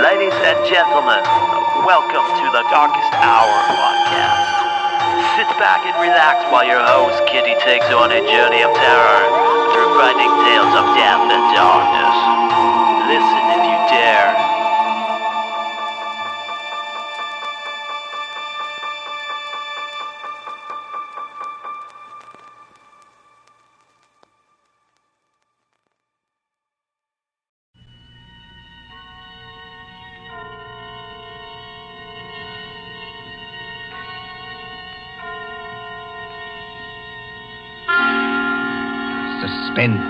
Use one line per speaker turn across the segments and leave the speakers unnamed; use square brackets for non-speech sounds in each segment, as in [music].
Ladies and gentlemen, welcome to the Darkest Hour podcast. Sit back and relax while your host Kitty takes on a journey of terror through frightening tales of death and darkness. Listen if you dare.
Suspense.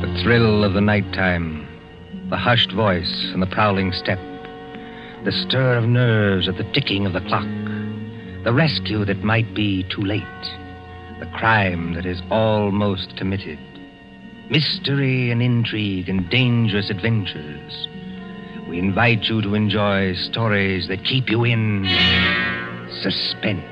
The Thrill of the nighttime, the hushed voice and the prowling step, the stir of nerves at the ticking of the clock, the rescue that might be too late, the crime that is almost committed, mystery and intrigue and dangerous adventures. We invite you to enjoy stories that keep you in suspense.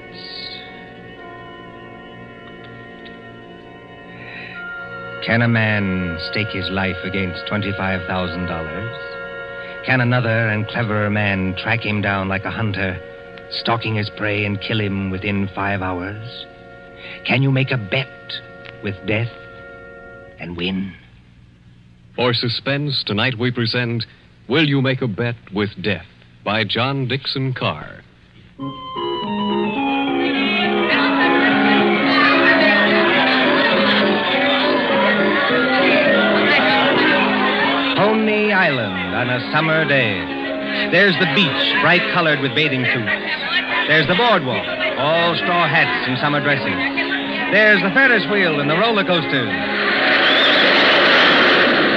Can a man stake his life against $25,000? Can another and cleverer man track him down like a hunter, stalking his prey and kill him within five hours? Can you make a bet with death and win?
For suspense, tonight we present Will You Make a Bet with Death by John Dixon Carr.
Pony Island on a summer day. There's the beach, bright colored with bathing suits. There's the boardwalk, all straw hats and summer dresses. There's the Ferris wheel and the roller coasters.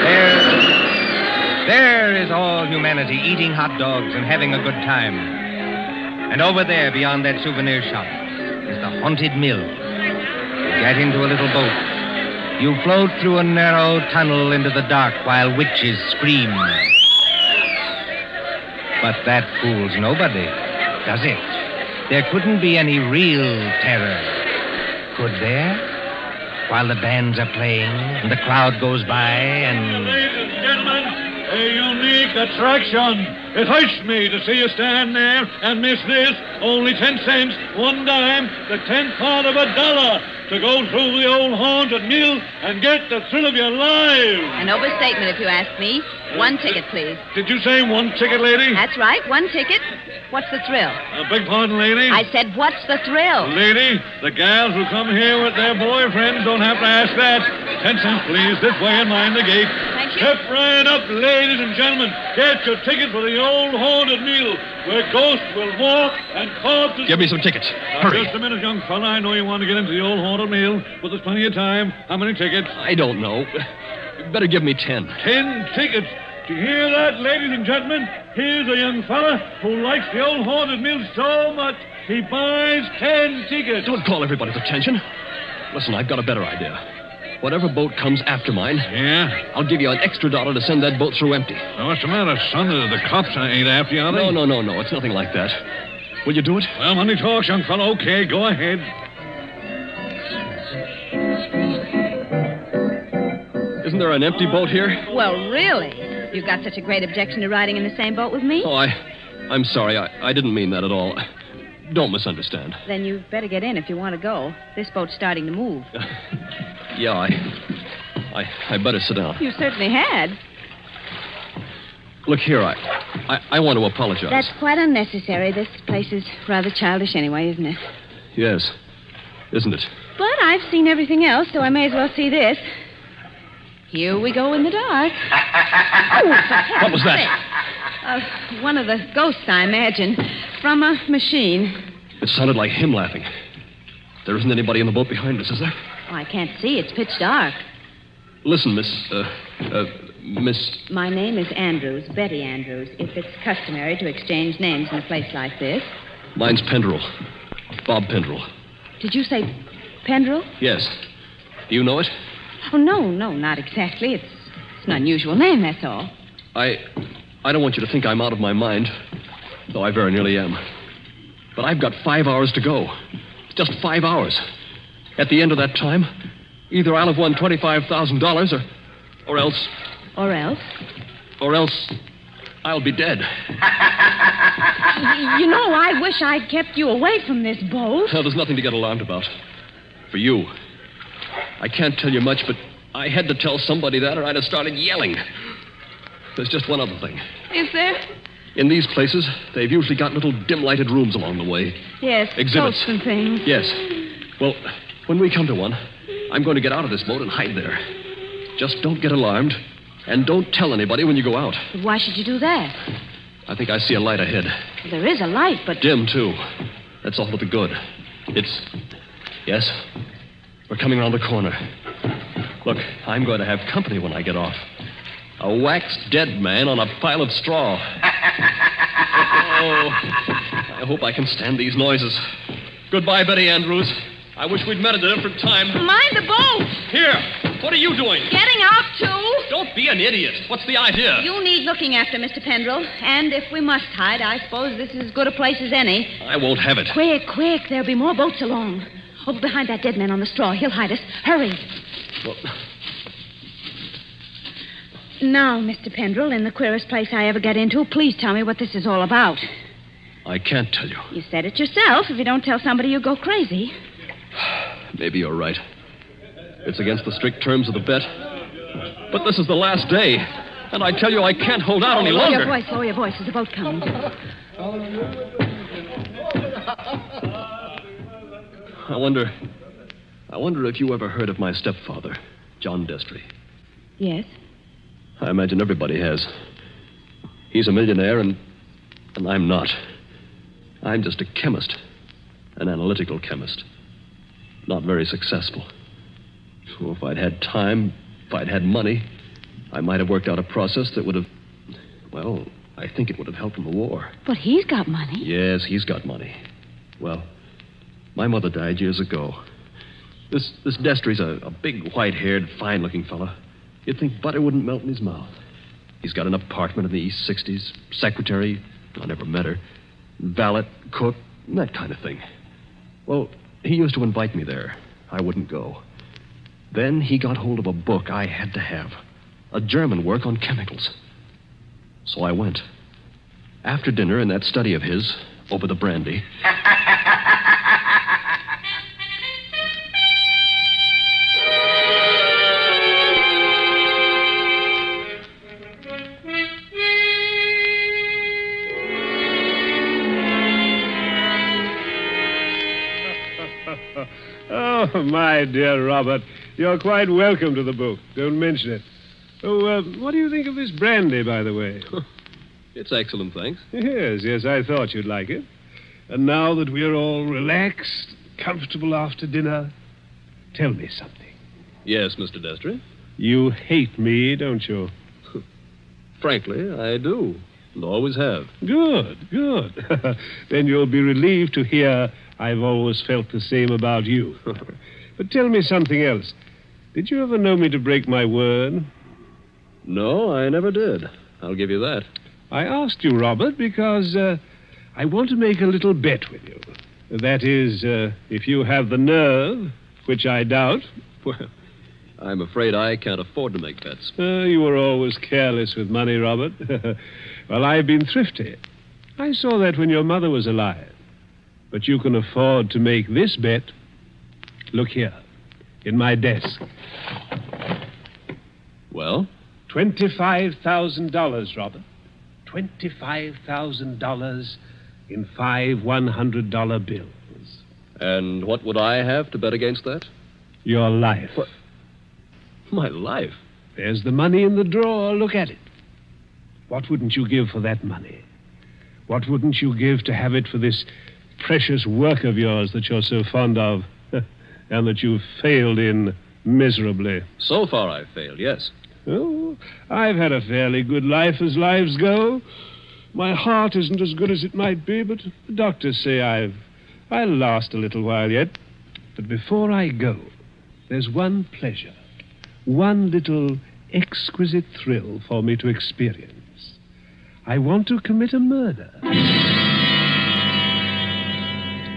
There's. There is all humanity eating hot dogs and having a good time. And over there, beyond that souvenir shop, is the haunted mill. You get into a little boat. You float through a narrow tunnel into the dark while witches scream. But that fools nobody, does it? There couldn't be any real terror, could there? While the bands are playing and the crowd goes by and.
Ladies and gentlemen, a unique attraction. It hurts me to see you stand there and miss this. Only ten cents, one dime, the tenth part of a dollar to go through the old haunted mill and get the thrill of your lives.
An overstatement, if you ask me. One ticket, please.
Did you say one ticket, lady?
That's right, one ticket. What's the thrill?
I beg pardon, lady.
I said, what's the thrill?
Lady, the gals who come here with their boyfriends don't have to ask that. Ten cents, please, this way and mind the gate.
Thank you.
Step right up, ladies and gentlemen. Get your ticket for the old haunted meal where ghosts will walk and corpses...
Give me some tickets.
Now,
Hurry.
Just a minute, young fella. I know you want to get into the old haunted meal, but there's plenty of time. How many tickets?
I don't know. Better give me ten.
Ten tickets. Do you hear that, ladies and gentlemen? Here's a young fella who likes the old haunted meal so much, he buys ten tickets.
Don't call everybody's attention. Listen, I've got a better idea. Whatever boat comes after mine,
Yeah?
I'll give you an extra dollar to send that boat through empty.
Now, what's the matter, son? uh, The the cops ain't after you, are
No, no, no, no. It's nothing like that. Will you do it?
Well, money talks, young fella. Okay, go ahead.
Isn't there an empty boat here?
Well, really? You've got such a great objection to riding in the same boat with me?
Oh, I, I'm sorry. I, I didn't mean that at all. Don't misunderstand.
Then you better get in if you want to go. This boat's starting to move.
Yeah, I, I, I better sit down.
You certainly had.
Look here, I, I, I want to apologize.
That's quite unnecessary. This place is rather childish anyway, isn't it?
Yes, isn't it?
But I've seen everything else, so I may as well see this. Here we go in the [laughs] dark.
What was that?
Uh, one of the ghosts, I imagine, from a machine.
It sounded like him laughing. There isn't anybody in the boat behind us, is there?
Oh, I can't see. It's pitch dark.
Listen, Miss, uh, uh, Miss.
My name is Andrews, Betty Andrews, if it's customary to exchange names in a place like this.
Mine's Pendrell. Bob Pendrell.
Did you say Pendrell?
Yes. Do you know it?
Oh, no, no, not exactly. It's, it's an unusual name, that's all.
I. I don't want you to think I'm out of my mind, though I very nearly am. But I've got five hours to go. Just five hours. At the end of that time, either I'll have won $25,000 or. or else.
Or [laughs] else?
or else I'll be dead.
Y- You know, I wish I'd kept you away from this boat.
Now, there's nothing to get alarmed about. For you. I can't tell you much, but I had to tell somebody that or I'd have started yelling. There's just one other thing.
Is there?
In these places, they've usually got little dim lighted rooms along the way.
Yes.
Exhibits.
coats and things.
Yes. Well, when we come to one, I'm going to get out of this boat and hide there. Just don't get alarmed, and don't tell anybody when you go out.
But Why should you do that?
I think I see a light ahead.
There is a light, but
Dim, too. That's all but the good. It's. Yes? We're coming around the corner. Look, I'm going to have company when I get off. A waxed dead man on a pile of straw. oh, I hope I can stand these noises. Goodbye, Betty Andrews. I wish we'd met at a different time.
mind the boat.
Here, what are you doing?
Getting out too.
Don't be an idiot. What's the idea?
You need looking after, Mr. Pendrell. And if we must hide, I suppose this is as good a place as any.
I won't have it.
Quick, quick. There'll be more boats along. Over behind that dead man on the straw. He'll hide us. Hurry.
Well,
Now, Mr. Pendrell, in the queerest place I ever get into, please tell me what this is all about.
I can't tell you.
You said it yourself. If you don't tell somebody, you go crazy.
Maybe you're right. It's against the strict terms of the bet. But this is the last day, and I tell you I can't hold out any
Lower Oh, your
longer.
voice, lower your voice. There's a boat coming.
[laughs] I wonder. I wonder if you ever heard of my stepfather, John Destry.
Yes.
I imagine everybody has. He's a millionaire, and. and I'm not. I'm just a chemist, an analytical chemist. Not very successful. Oh, if I'd had time, if I'd had money, I might have worked out a process that would have. Well, I think it would have helped in the war.
But he's got money.
Yes, he's got money. Well, my mother died years ago. This this Destry's a, a big, white-haired, fine-looking fellow. You'd think butter wouldn't melt in his mouth. He's got an apartment in the East 60s, secretary, I never met her, valet, cook, that kind of thing. Well, he used to invite me there. I wouldn't go. Then he got hold of a book I had to have, a German work on chemicals. So I went. After dinner, in that study of his, over the brandy.
Oh, my dear Robert, you're quite welcome to the book. Don't mention it. Oh, uh, what do you think of this brandy, by the way?
It's excellent, thanks.
yes, yes, I thought you'd like it. And now that we're all relaxed, comfortable after dinner, tell me something.
Yes, Mr. Destry.
You hate me, don't you?
Frankly, I do. And always have.
Good, good. [laughs] then you'll be relieved to hear I've always felt the same about you. [laughs] but tell me something else. Did you ever know me to break my word?
No, I never did. I'll give you that.
I asked you, Robert, because uh, I want to make a little bet with you. That is, uh, if you have the nerve, which I doubt,
Well, I'm afraid I can't afford to make bets.
uh, you were always careless with money, Robert. [laughs] well, I've been thrifty. I saw that when your mother was alive. But you can afford to make this bet. Look here, in my desk.
Well,
$25,000, Robert. $25,000 in five $100 bills.
and what would I have to bet against that?
Your life.
My life.
There's the money in the drawer. Look at it. What wouldn't you give for that money? What wouldn't you give to have it for this precious work of yours that you're so fond of [laughs] and that you've failed in miserably?
So far, I've failed, yes.
Oh, I've had a fairly good life as lives go. My heart isn't as good as it might be, but the doctors say I've I'll last a little while yet. But before I go, there's one pleasure, one little exquisite thrill for me to experience. I want to commit a murder.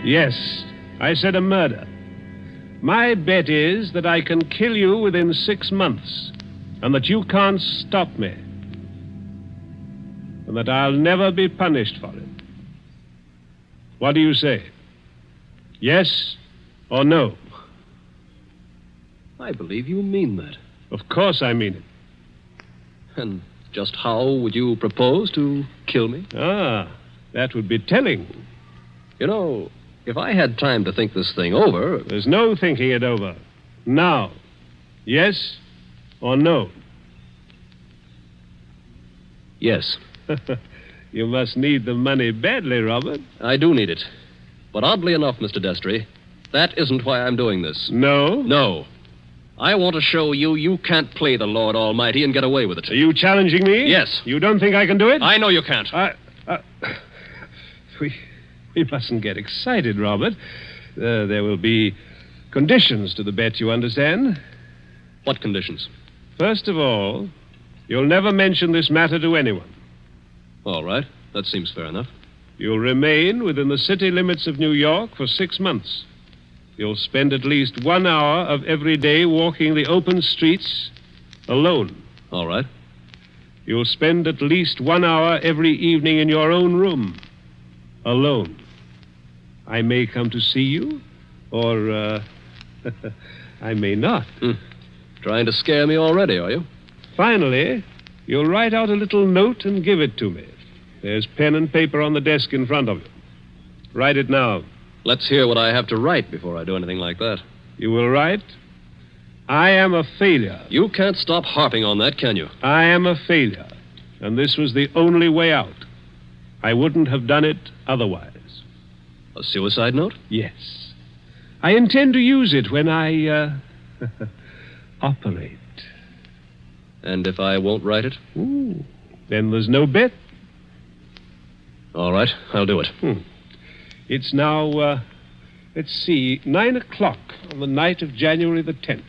Yes, I said a murder. My bet is that I can kill you within six months, and that you can't stop me, and that I'll never be punished for it. What do you say? Yes or no?
I believe you mean that.
Of course I mean it.
And just how would you propose to kill me?
Ah, that would be telling.
You know, if I had time to think this thing over,
There's no thinking it over. Now, yes or no?
yes,
you must need the money badly, Robert.
I do need it. But oddly enough, Mr. Destry, that isn't why I'm doing this.
No?
No. I want to show you you can't play the Lord Almighty and get away with it.
Are you challenging me?
Yes.
You don't think I can do it?
I know you can't.
I, I, we, we mustn't get excited, Robert. Uh, there will be conditions to the bet, you understand?
What conditions?
First of all, you'll never mention this matter to anyone.
All right. That seems fair enough.
You'll remain within the city limits of New York for six months. You'll spend at least one hour of every day walking the open streets alone.
All right.
You'll spend at least one hour every evening in your own room alone. I may come to see you, or uh, I may not.
Trying to scare me already, are you?
Finally, you'll write out a little note and give it to me. There's pen and paper on the desk in front of you. Write it now.
Let's hear what I have to write before I do anything like that.
You will write, I am a failure.
You can't stop harping on that, can you?
I am a failure. And this was the only way out. I wouldn't have done it otherwise.
A suicide note?
Yes. I intend to use it when I, uh, [laughs] operate.
And if I won't write it?
Ooh. Then there's no bet.
All right, I'll do it.
It's now, uh, let's see, nine o'clock on the night of January the 10th.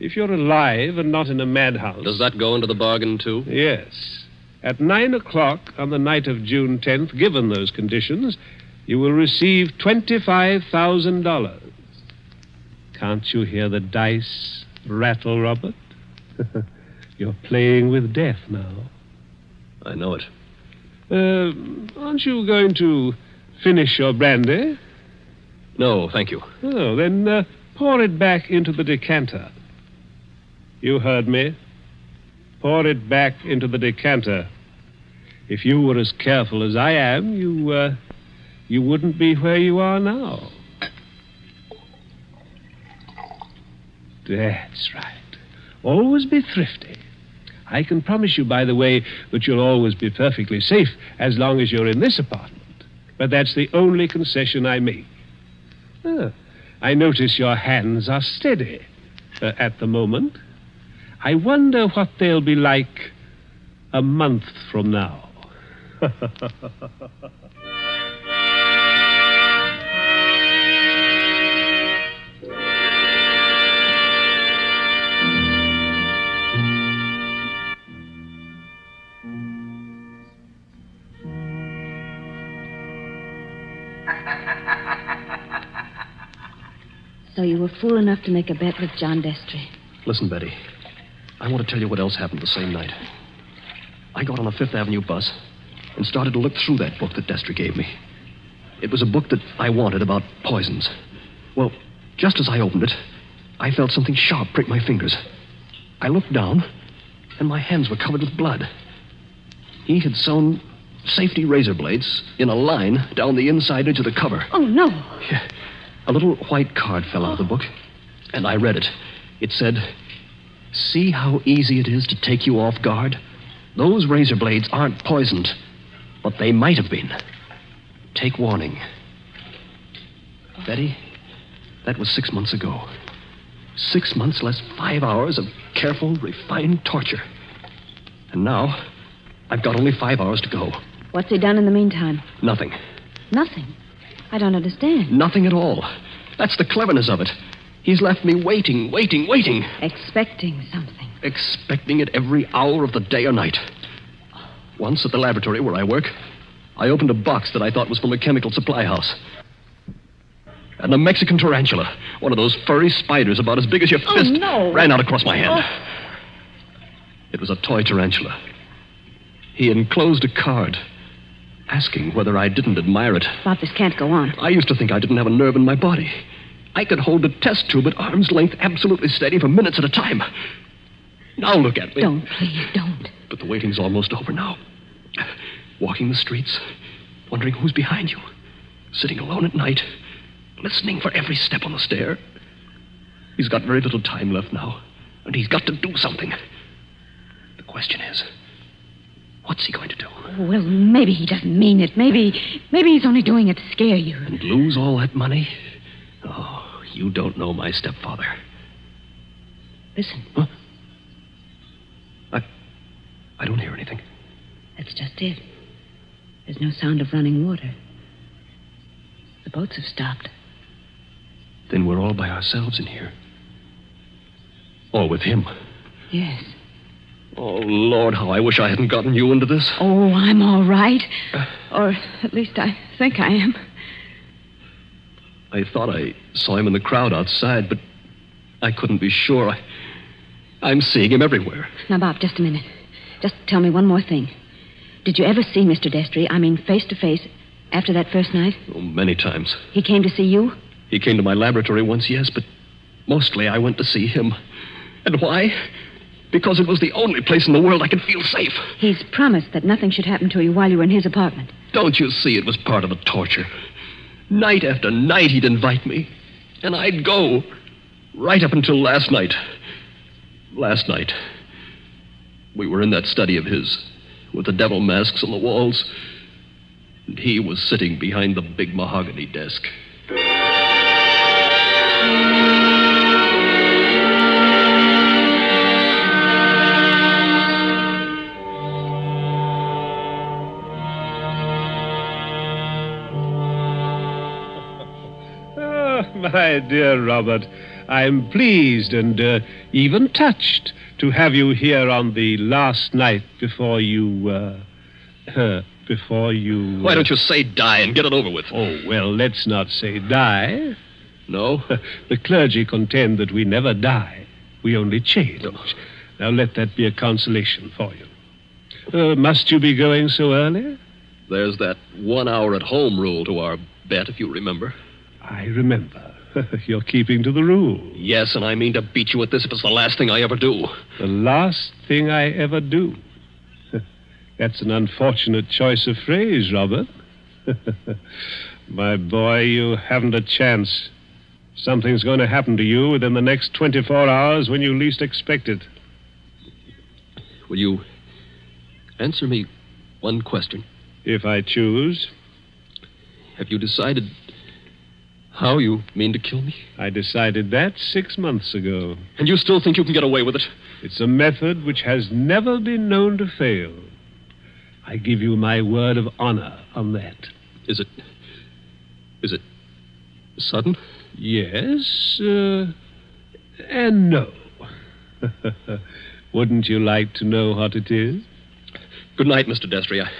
If you're alive and not in a madhouse.
Does that go into the bargain, too?
Yes. At nine o'clock on the night of June 10th, given those conditions, you will receive $25,000. Can't you hear the dice rattle, Robert? [laughs] You're playing with death now.
I know it.
Uh, aren't you going to finish your brandy?
No, thank you.
Oh, then uh, pour it back into the decanter. You heard me. Pour it back into the decanter. If you were as careful as I am, you uh, you wouldn't be where you are now. That's right. Always be thrifty. I can promise you, by the way, that you'll always be perfectly safe as long as you're in this apartment. But that's the only concession I make. Oh, I notice your hands are steady uh, at the moment. I wonder what they'll be like a month from now.
So you were fool enough to make a bet with John Destry.
Listen, Betty. I want to tell you what else happened the same night. I got on a Fifth Avenue bus and started to look through that book that Destry gave me. It was a book that I wanted about poisons. Well, just as I opened it, I felt something sharp prick my fingers. I looked down, and my hands were covered with blood. He had sewn safety razor blades in a line down the inside edge of the cover.
Oh, no.
Yeah. A little white card fell out of the book, and I read it. It said, See how easy it is to take you off guard? Those razor blades aren't poisoned, but they might have been. Take warning. Betty, that was six months ago. Six months less five hours of careful, refined torture. And now, I've got only five hours to go.
What's he done in the meantime?
Nothing.
Nothing. I don't understand.
Nothing at all. That's the cleverness of it. He's left me waiting, waiting, waiting,
Expecting something.
expecting it every hour of the day or night. Once at the laboratory where I work, I opened a box that I thought was from the chemical supply house. And a Mexican tarantula, one of those furry spiders about as big as your
Oh,
fist,
no. Oh.
ran out across my hand. It was a toy tarantula. He enclosed a card asking whether I didn't admire it.
Bob, this can't go on.
I used to think I didn't have a nerve in my body. I could hold a test tube at arm's length absolutely steady for minutes at a time. Now look at me.
Don't, please, don't.
But the waiting's almost over now. Walking the streets, wondering who's behind you, sitting alone at night, listening for every step on the stair. He's got very little time left now, and he's got to do something. The question is, what's he going to do?
Well, maybe he doesn't mean it. Maybe, maybe he's only doing it to scare you.
And lose all that money? Oh, you don't know my stepfather.
Listen,
Huh? I, I don't hear anything.
that's just it. There's no sound of running water. The boats have stopped.
Then we're all by ourselves in here. Or with him.
Yes.
Oh, Lord, how I wish I hadn't gotten you into this.
Oh, I'm all right. Or at least I think I am.
I thought I saw him in the crowd outside, but I couldn't be sure. I, I'm seeing him everywhere.
Now, Bob, just a minute. Just tell me one more thing. Did you ever see Mr. Destry, I mean face to face, after that first night?
Oh, many times.
He came to see you?
He came to my laboratory once, yes, but mostly I went to see him. And why? Because it was the only place in the world I could feel safe.
He's promised that nothing should happen to you while you were in his apartment.
Don't you see it was part of the torture? Night after night he'd invite me, and I'd go. Right up until last night. Last night. We were in that study of his, with the devil masks on the walls, and he was sitting behind the big mahogany desk.
Oh, my dear Robert, I'm pleased and uh, even touched to have you here on the last night before you. Uh, before you.
Why don't you say die and get it over with?
Oh, well, let's not say die.
No?
Oh, [laughs] The clergy contend that we never die, we only change. Now let that be a consolation for you. Uh, must you be going so early?
There's that one hour at home rule to our bet, if you remember.
I remember. [laughs] You're keeping to the rule.
Yes, and I mean to beat you at this if it's the last thing I ever do.
The last thing I ever do. [laughs] That's an unfortunate choice of phrase, Robert. [laughs] My boy, you haven't a chance. Something's going to happen to you within the next 24 hours when you least expect it.
Will you answer me one question?
If I choose,
Have you decided how you mean to kill me?
I decided that six months ago.
And you still think you can get away with it?
It's a method which has never been known to fail. I give you my word of honor on that.
Is it. Is it. sudden?
Yes, uh, and no. [laughs] Wouldn't you like to know what it is?
Good night, Mr. Destry. I,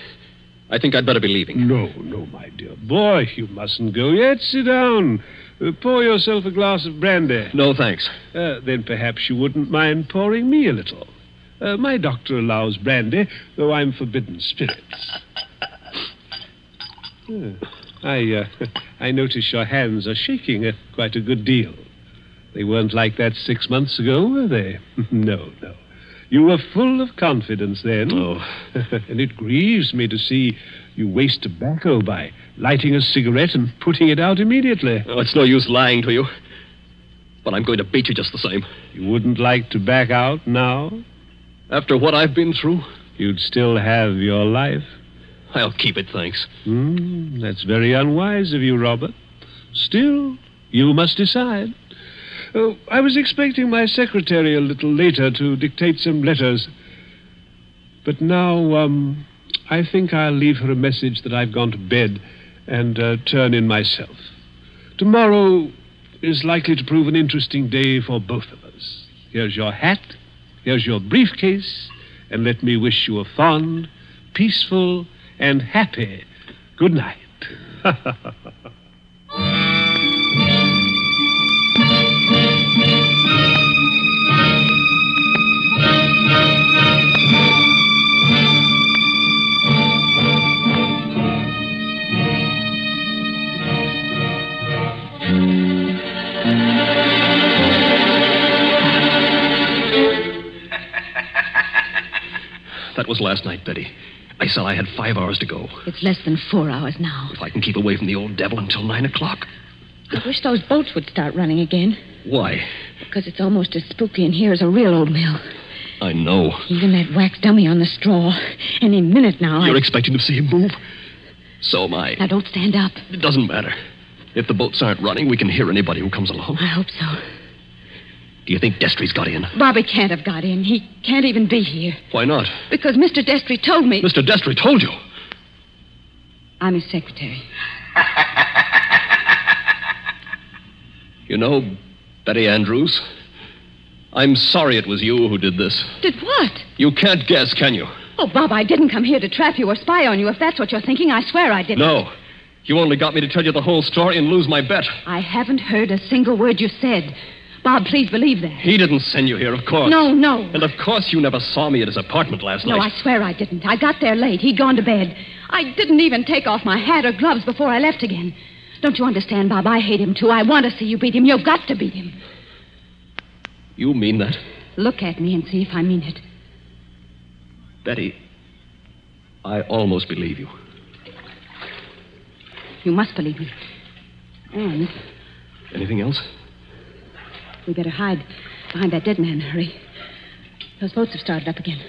I think I'd better be leaving.
No, no, my dear boy, you mustn't go yet. Sit down. Uh, pour yourself a glass of brandy.
No, thanks.
Uh, then perhaps you wouldn't mind pouring me a little. Uh, my doctor allows brandy, though I'm forbidden spirits. Uh, I, uh, [laughs] I notice your hands are shaking uh, quite a good deal. They weren't like that six months ago, were they? [laughs] no, no. You were full of confidence then. Oh. [laughs] and it grieves me to see you waste tobacco by lighting a cigarette and putting it out immediately.
Oh, it's no use lying to you. But I'm going to beat you just the same.
You wouldn't like to back out now?
After what I've been through,
You'd still have your life.
I'll keep it, thanks.
Hmm, that's very unwise of you, Robert. Still, you must decide. Oh, I was expecting my secretary a little later to dictate some letters. But now, um, I think I'll leave her a message that I've gone to bed and uh, turn in myself. Tomorrow is likely to prove an interesting day for both of us. Here's your hat, here's your briefcase, and let me wish you a fond, peaceful, and happy good night.
That was last night, Betty. I said I had five hours to go.
It's less than four hours now.
If I can keep away from the old devil until nine o'clock.
I wish those boats would start running again,
Why?
because it's almost as spooky in here as a real old mill.
I know.
Even that wax dummy on the straw. Any minute now.
You're
I...
expecting to see him move? So am I.
Now don't stand up.
It doesn't matter. If the boats aren't running, we can hear anybody who comes along.
I hope so.
Do you think Destry's got in?
Bobby can't have got in. He can't even be here
Why not?
because Mr. Destry told me.
Mr. Destry told you.
I'm his secretary.
You know, Betty Andrews, I'm sorry it was you who did this.
Did what?
You can't guess, can you?
Oh, Bob, I didn't come here to trap you or spy on you. If that's what you're thinking, I swear I didn't.
No. You only got me to tell you the whole story and lose my bet.
I haven't heard a single word you said. Bob, please believe that.
He didn't send you here, of course.
No, no.
And of course you never saw me at his apartment last
No, I
night.
swear I didn't. I got there late. He'd gone to bed. I didn't even take off my hat or gloves before I left again. Don't you understand, Bob? I hate him, too. I want to see you beat him. You've got to beat him.
You mean that?
Look at me and see if I mean it.
Betty, I almost believe you.
You must believe me. And
Anything else?
we better hide behind that dead man, hurry. Those boats have started up again.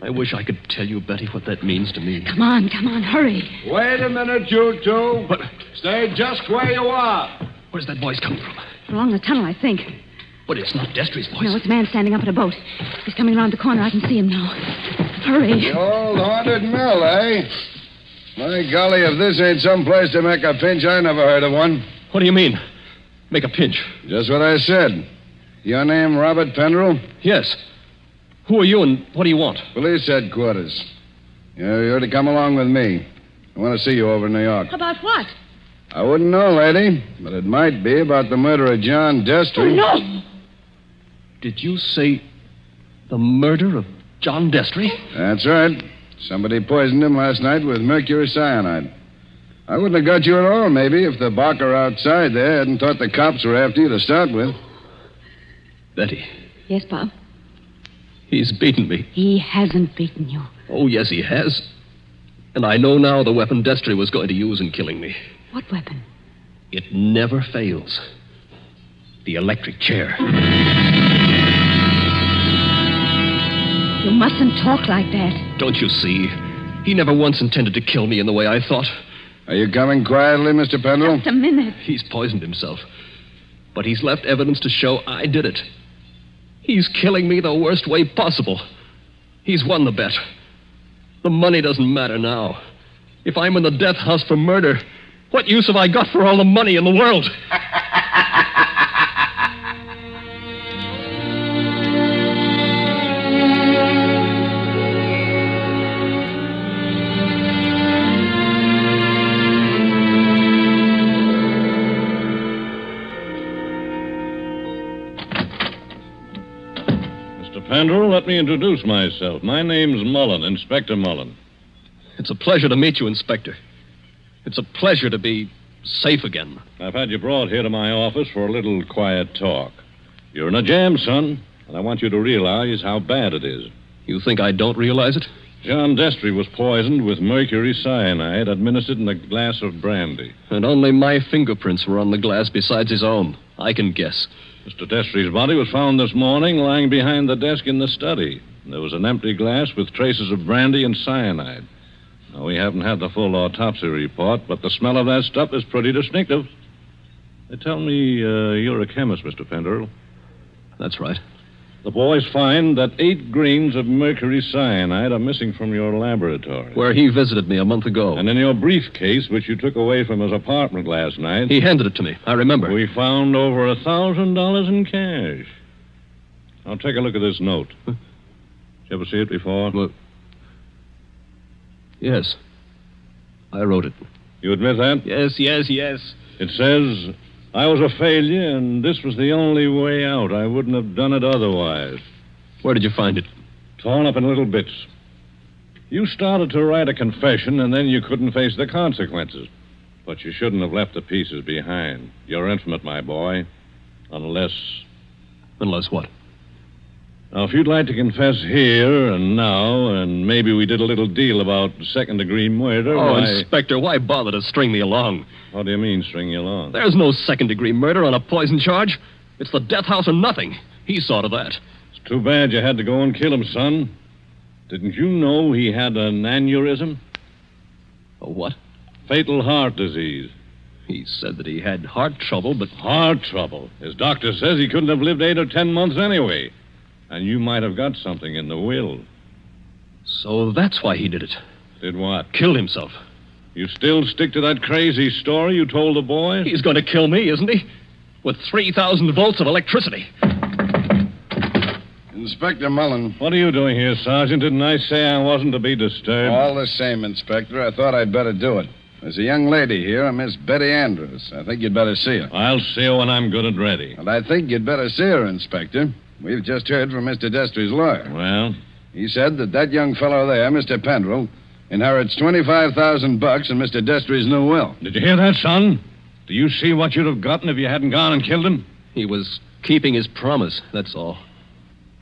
I wish I could tell you, Betty, what that means to me.
Come on, come on, hurry.
Wait a minute, you two.
But
Stay just where you are.
where's that voice coming from?
Along the tunnel, I think.
But it's not Destry's voice.
Oh, No, it's a man standing up at a boat. He's coming around the corner. I can see him now. Hurry.
The old haunted mill, eh? My golly, if this ain't some place to make a pinch, I never heard of one.
What do you mean? Make a pinch.
Just what I said. Your name Robert Pendrell?
Yes. Who are you and what do you want?
Police headquarters. You're, you're to come along with me. I want to see you over in New York.
About what?
I wouldn't know, lady, but it might be about the murder of John Destry.
no.
Did you say the murder of John Destry?
That's right. Somebody poisoned him last night with mercury cyanide. I wouldn't have got you at all, maybe, if the barker outside there hadn't thought the cops were after you to start with.
Betty,
Yes, Bob.
he's beaten me.
He hasn't beaten you.
Oh, yes, he has. And I know now the weapon Destry was going to use in killing me.
What weapon?
It never fails. The electric chair.
You mustn't talk like that.
Don't you see? He never once intended to kill me in the way I thought.
Are you coming quietly, Mr. Pendle?
Just a minute.
He's poisoned himself. But he's left evidence to show I did it. He's killing me the worst way possible. He's won the bet. The money doesn't matter now. If I'm in the death house for murder, what use have I got for all the money in the world?
Mr. Pendrell, let me introduce myself. My name's Mullen, Inspector Mullen.
It's a pleasure to meet you, Inspector. It's a pleasure to be safe again.
I've had you brought here to my office for a little quiet talk. You're in a jam, son, and I want you to realize how bad it is.
You think I don't realize it?
John Destry was poisoned with mercury cyanide administered in a glass of brandy.
And only my fingerprints were on the glass besides his own. I can guess.
Mr. Destry's body was found this morning lying behind the desk in the study. There was an empty glass with traces of brandy and cyanide. Now, we haven't had the full autopsy report, but the smell of that stuff is pretty distinctive. They tell me uh, you're a chemist, Mr. Penderell.
That's right.
The boys find that eight grains of mercury cyanide are missing from your laboratory.
Where he visited me a month ago.
And in your briefcase, which you took away from his apartment last night,
He handed it to me. I remember.
we found over a thousand dollars in cash. Now take a look at this note. Did you ever see it before?
Well- Yes. I wrote it.
You admit that?
Yes, yes, yes.
It says, I was a failure, and this was the only way out. I wouldn't have done it otherwise.
Where did you find it?
torn up in little bits. You started to write a confession, and then you couldn't face the consequences. But you shouldn't have left the pieces behind. You're infamous, my boy. Unless.
Unless what?
Now, if you'd like to confess here and now, and maybe we did a little deal about second degree murder,
Oh,
why.
Inspector, why bother to string me along?
How do you mean, string you along?
There's no second degree murder on a poison charge. It's the death house or nothing. He saw to that.
It's too bad you had to go and kill him, son. Didn't you know he had an aneurysm?
Oh, what?
Fatal heart disease.
He said that he had heart trouble, but
Heart trouble. His doctor says he couldn't have lived eight or ten months anyway. And you might have got something in the will.
so that's why he did it.
Did what?
Killed himself.
You still stick to that crazy story you told the boy?
He's going to kill me, isn't he? With 3,000 volts of electricity.
Inspector Mullen.
What are you doing here, Sergeant? Didn't I say I wasn't to be disturbed?
All the same, Inspector, I thought I'd better do it. There's a young lady here, a Miss Betty Andrews. I think you'd better see her.
I'll see you when I'm good and ready.
And I think you'd better see her, Inspector. We've just heard from Mr. Destry's lawyer.
Well,
He said that that young fellow there, Mr. Pendrell, inherits 25,000 bucks in Mr. Destry's new will.
did you hear that, son? Do you see what you'd have gotten if you hadn't gone and killed him?
He was keeping his promise, that's all.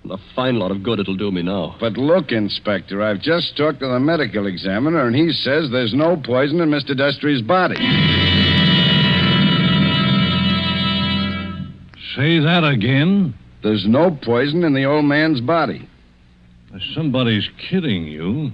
And a fine lot of good it'll do me now.
But look, Inspector, I've just talked to the medical examiner, and he says there's no poison in Mr. Destry's body.
Say that again.
There's no poison in the old man's body.
Somebody's kidding you.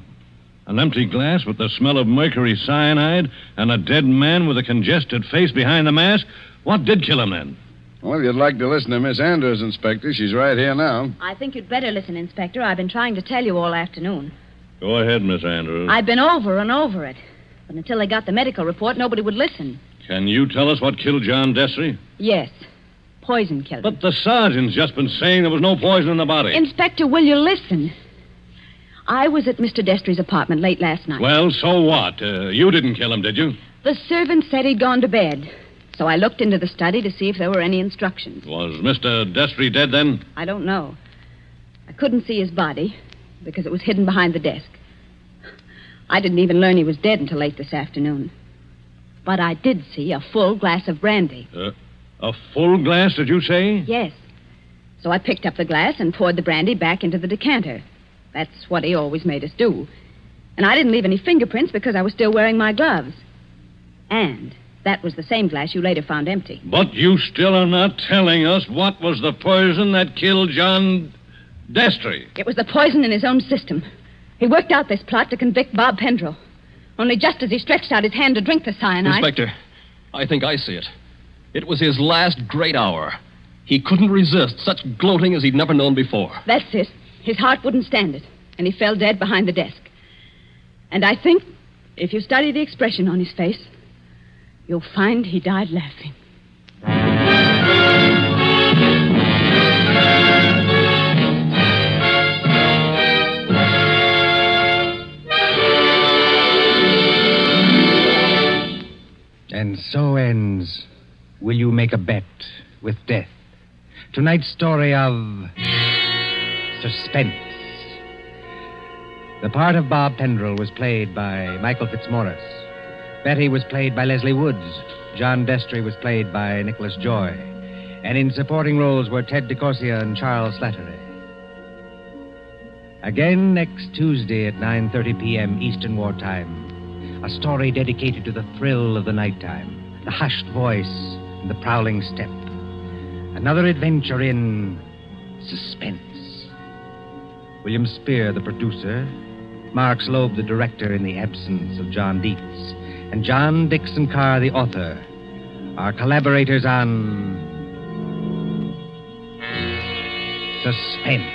An empty glass with the smell of mercury cyanide and a dead man with a congested face behind the mask? What did kill him then?
Well, if you'd like to listen to Miss Andrews, Inspector, she's right here now.
I think you'd better listen, Inspector. I've been trying to tell you all afternoon.
Go ahead, Miss Andrews.
I've been over and over it. But until they got the medical report, nobody would listen.
Can you tell us what killed John Desry?
Yes. Poison killed him.
But the sergeant's just been saying there was no poison in the body.
Inspector, will you listen? I was at Mr. Destry's apartment late last night.
Well, so what? Uh, you didn't kill him, did you?
The servant said he'd gone to bed. So I looked into the study to see if there were any instructions.
Was Mr. Destry dead then?
I don't know. I couldn't see his body because it was hidden behind the desk. I didn't even learn he was dead until late this afternoon. But I did see a full glass of brandy.
A full glass, did you say?
Yes. So I picked up the glass and poured the brandy back into the decanter. That's what he always made us do. And I didn't leave any fingerprints because I was still wearing my gloves. And that was the same glass you later found empty.
But you still are not telling us what was the poison that killed John Destry.
It was the poison in his own system. He worked out this plot to convict Bob Pendrell. Only just as he stretched out his hand to drink the cyanide.
Inspector, I think I see it. It was his last great hour. He couldn't resist such gloating as he'd never known before.
That's it. His heart wouldn't stand it, and he fell dead behind the desk. And I think, if you study the expression on his face, you'll find he died laughing.
And so ends Will You Make a Bet with Death? Tonight's story of suspense. The part of Bob Pendrell was played by Michael Fitzmaurice. Betty was played by Leslie Woods. John Destry was played by Nicholas Joy. And in supporting roles were Ted DeCorsia and Charles Slattery. Again next Tuesday at 9:30 p.m. Eastern Wartime a story dedicated to the thrill of the nighttime, the hushed voice, and the prowling step. Another adventure in suspense. William Spear, the producer, Mark Slobe, the director, in the absence of John Dietz, and John Dixon Carr, the author, are collaborators on Suspense.